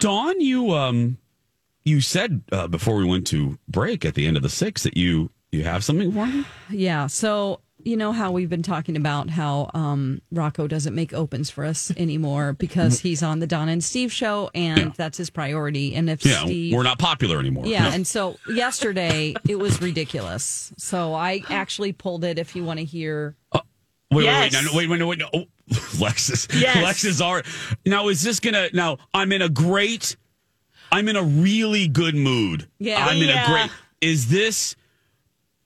Dawn, you um, you said uh, before we went to break at the end of the six that you you have something for me. Yeah. So you know how we've been talking about how um, Rocco doesn't make opens for us anymore because he's on the Don and Steve show and Yeah. that's his priority. And if Yeah, Steve, we're not popular anymore. yeah. No. And so yesterday it was ridiculous. So I actually pulled it. If you want to hear, wait, Yes. wait, wait, no, no, wait, wait, no. Oh, Lexus, Yes. Lexus are now. Is this gonna now? I'm in a great, I'm in a really good mood. Yeah. I'm in Yeah. a great. Is this?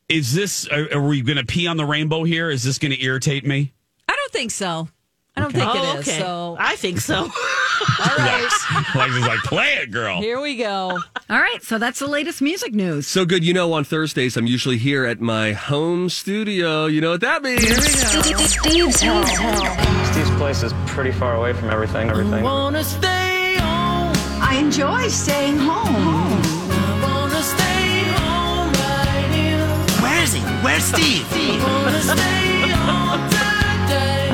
Is this? Are, are we gonna pee on the rainbow here? Is this gonna irritate me? I don't think so. I don't think oh, it is. okay. So I think so. all right, Lex is like, play it, girl. here we go. All right, so that's the latest music news. So good. You know, on Thursdays, I'm usually here at my home studio. You know what that means? Steve's home. Steve's place is pretty far away from everything. Everything. I enjoy staying home. Where is he? Where's Steve? I'm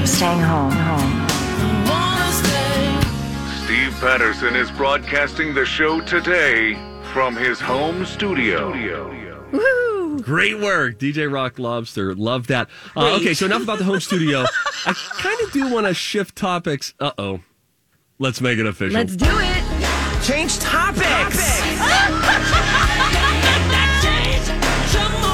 staying home. home. Steve Patterson is broadcasting the show today from his home studio. Great work, DJ Rock Lobster. Love that. Uh, okay, so enough about the home studio. I kind of do want to shift topics. Uh oh. Let's make it official. Let's do it. Change topics.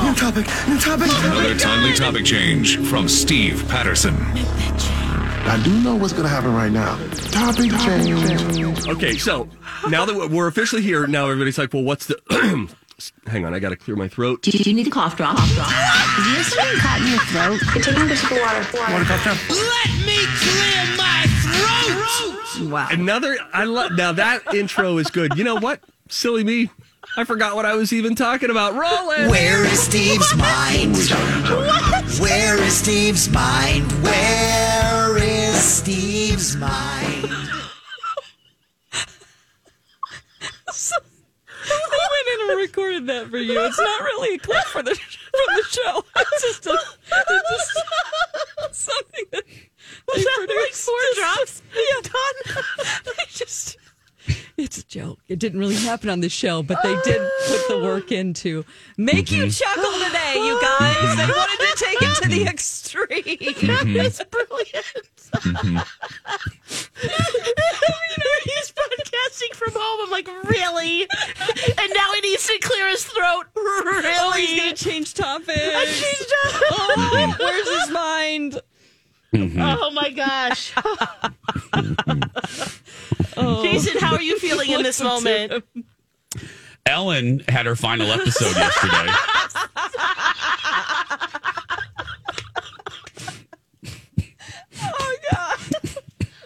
New topic, new topic. Another timely topic change from Steve Patterson. I do know what's going to happen right now. Topic change. Okay, so now that we're officially here, now everybody's like, well, what's the. Hang on, I got to clear my throat. Do you need a cough drop? Is there something caught in your throat? You're taking a sip of water. Let me clear my throat. Another. I love. Now that intro is good. You know what? Silly me. I forgot what I was even talking about. Roll it. Where is Steve's mind? Where is Steve's mind? Where is Steve's mind? I went in and recorded that for you. It's not really a clip for the from the show. It's just a, it's just something that they produced. Yeah. They just it's a joke. It didn't really happen on the show, but they did put the work into make you chuckle today, you guys. They wanted to take it to the extreme. It's brilliant. you know, he's broadcasting from home. I'm like, really? And now he needs to clear his throat. Really? Oh, he's gonna change topics. I changed up. Oh, where's his mind? Oh my gosh. Jason, how are you feeling in this moment? Ellen had her final episode yesterday.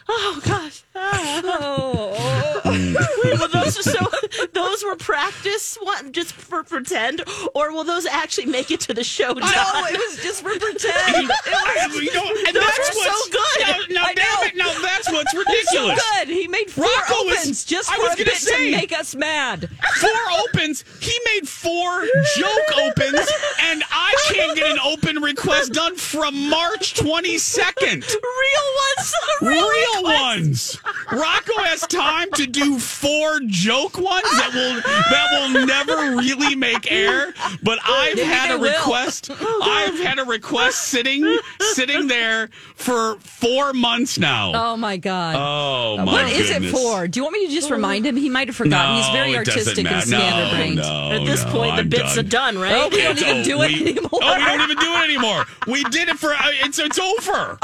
Oh gosh. Ah. Oh, Well, those are so those were practice one just for pretend or will those actually make it to the show? John? no, it was just for pretend. I- you know, and Those that's were what's so good. Now, now, I damn know. it, now that's what's So ridiculous. good. He made four Rocco was- opens just I for was a gonna bit say. to make us mad. four opens. He made four joke opens, and I I can't get an open request done from March 22nd. Real Real, ones. Rocco has time to do four joke ones that will that will never really make air. But I've Maybe had they a will. Oh, request. I've had a request sitting sitting there for four months now. Oh my god. Oh, my What is goodness. it for? Do you want me to just remind him? He might have forgotten. He's very No, it doesn't artistic and matter. No, scatterbrained. no, At this Oh, no, point, the I'm bits done. are done, right? Oh, we don't even do it we- anymore. Oh, we don't even do it anymore. We did it for uh, it's it's over.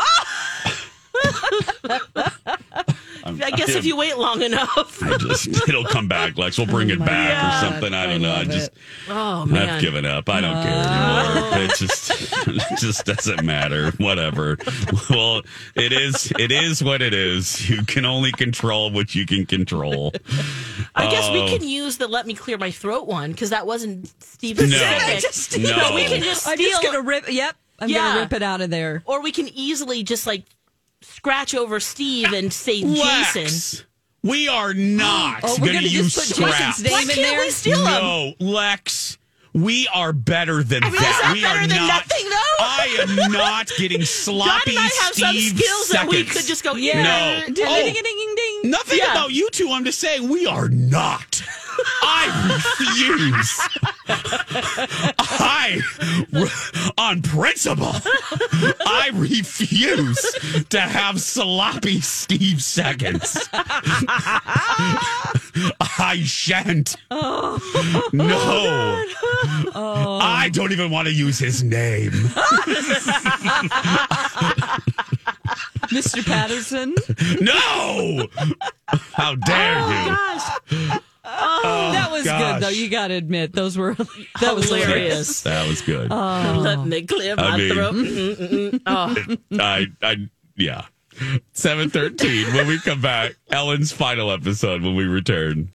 I'm- I guess if you wait long enough. I just it'll come back, Lex. We'll bring it back or something. I don't know. I just Oh man. I've given up. I don't care anymore. It just it just doesn't matter. Whatever. Well, it is it is what it is. You can only control what you can control. I guess we Oh. can use the "Let me clear my throat" one because that wasn't Steve's. No. specific. Just steal But we it. can just steal. I'm just gonna rip. Yep, I'm Yeah. gonna rip it out of there. or we can easily just like scratch over Steve and say Lex, Jason. We are not Oh, we're going gonna to use just put scrap. Jason's name Why in can't there? we steal 'em? No, Lex. We are better than I mean, is that. that we better are than not, nothing, though? I am not getting sloppy. God and I have some Steve skills that we seconds. could just go, No. yeah, ding, Oh, ding, ding, ding, ding. Nothing Yeah. about you two. I'm just saying we are not. I refuse. I, on principle, I refuse to have sloppy Steve seconds. I shan't. no. Oh, I don't even want to use his name. Mr. Patterson. No. How dare you? Oh, that was gosh. good though. You got to admit, those were that was hilarious. That was Oh, good. Let me clear my I mean- throat. Mm, mm, mm, mm. Oh. I, I, yeah. 713 when we come back. Ellen's final episode when we return.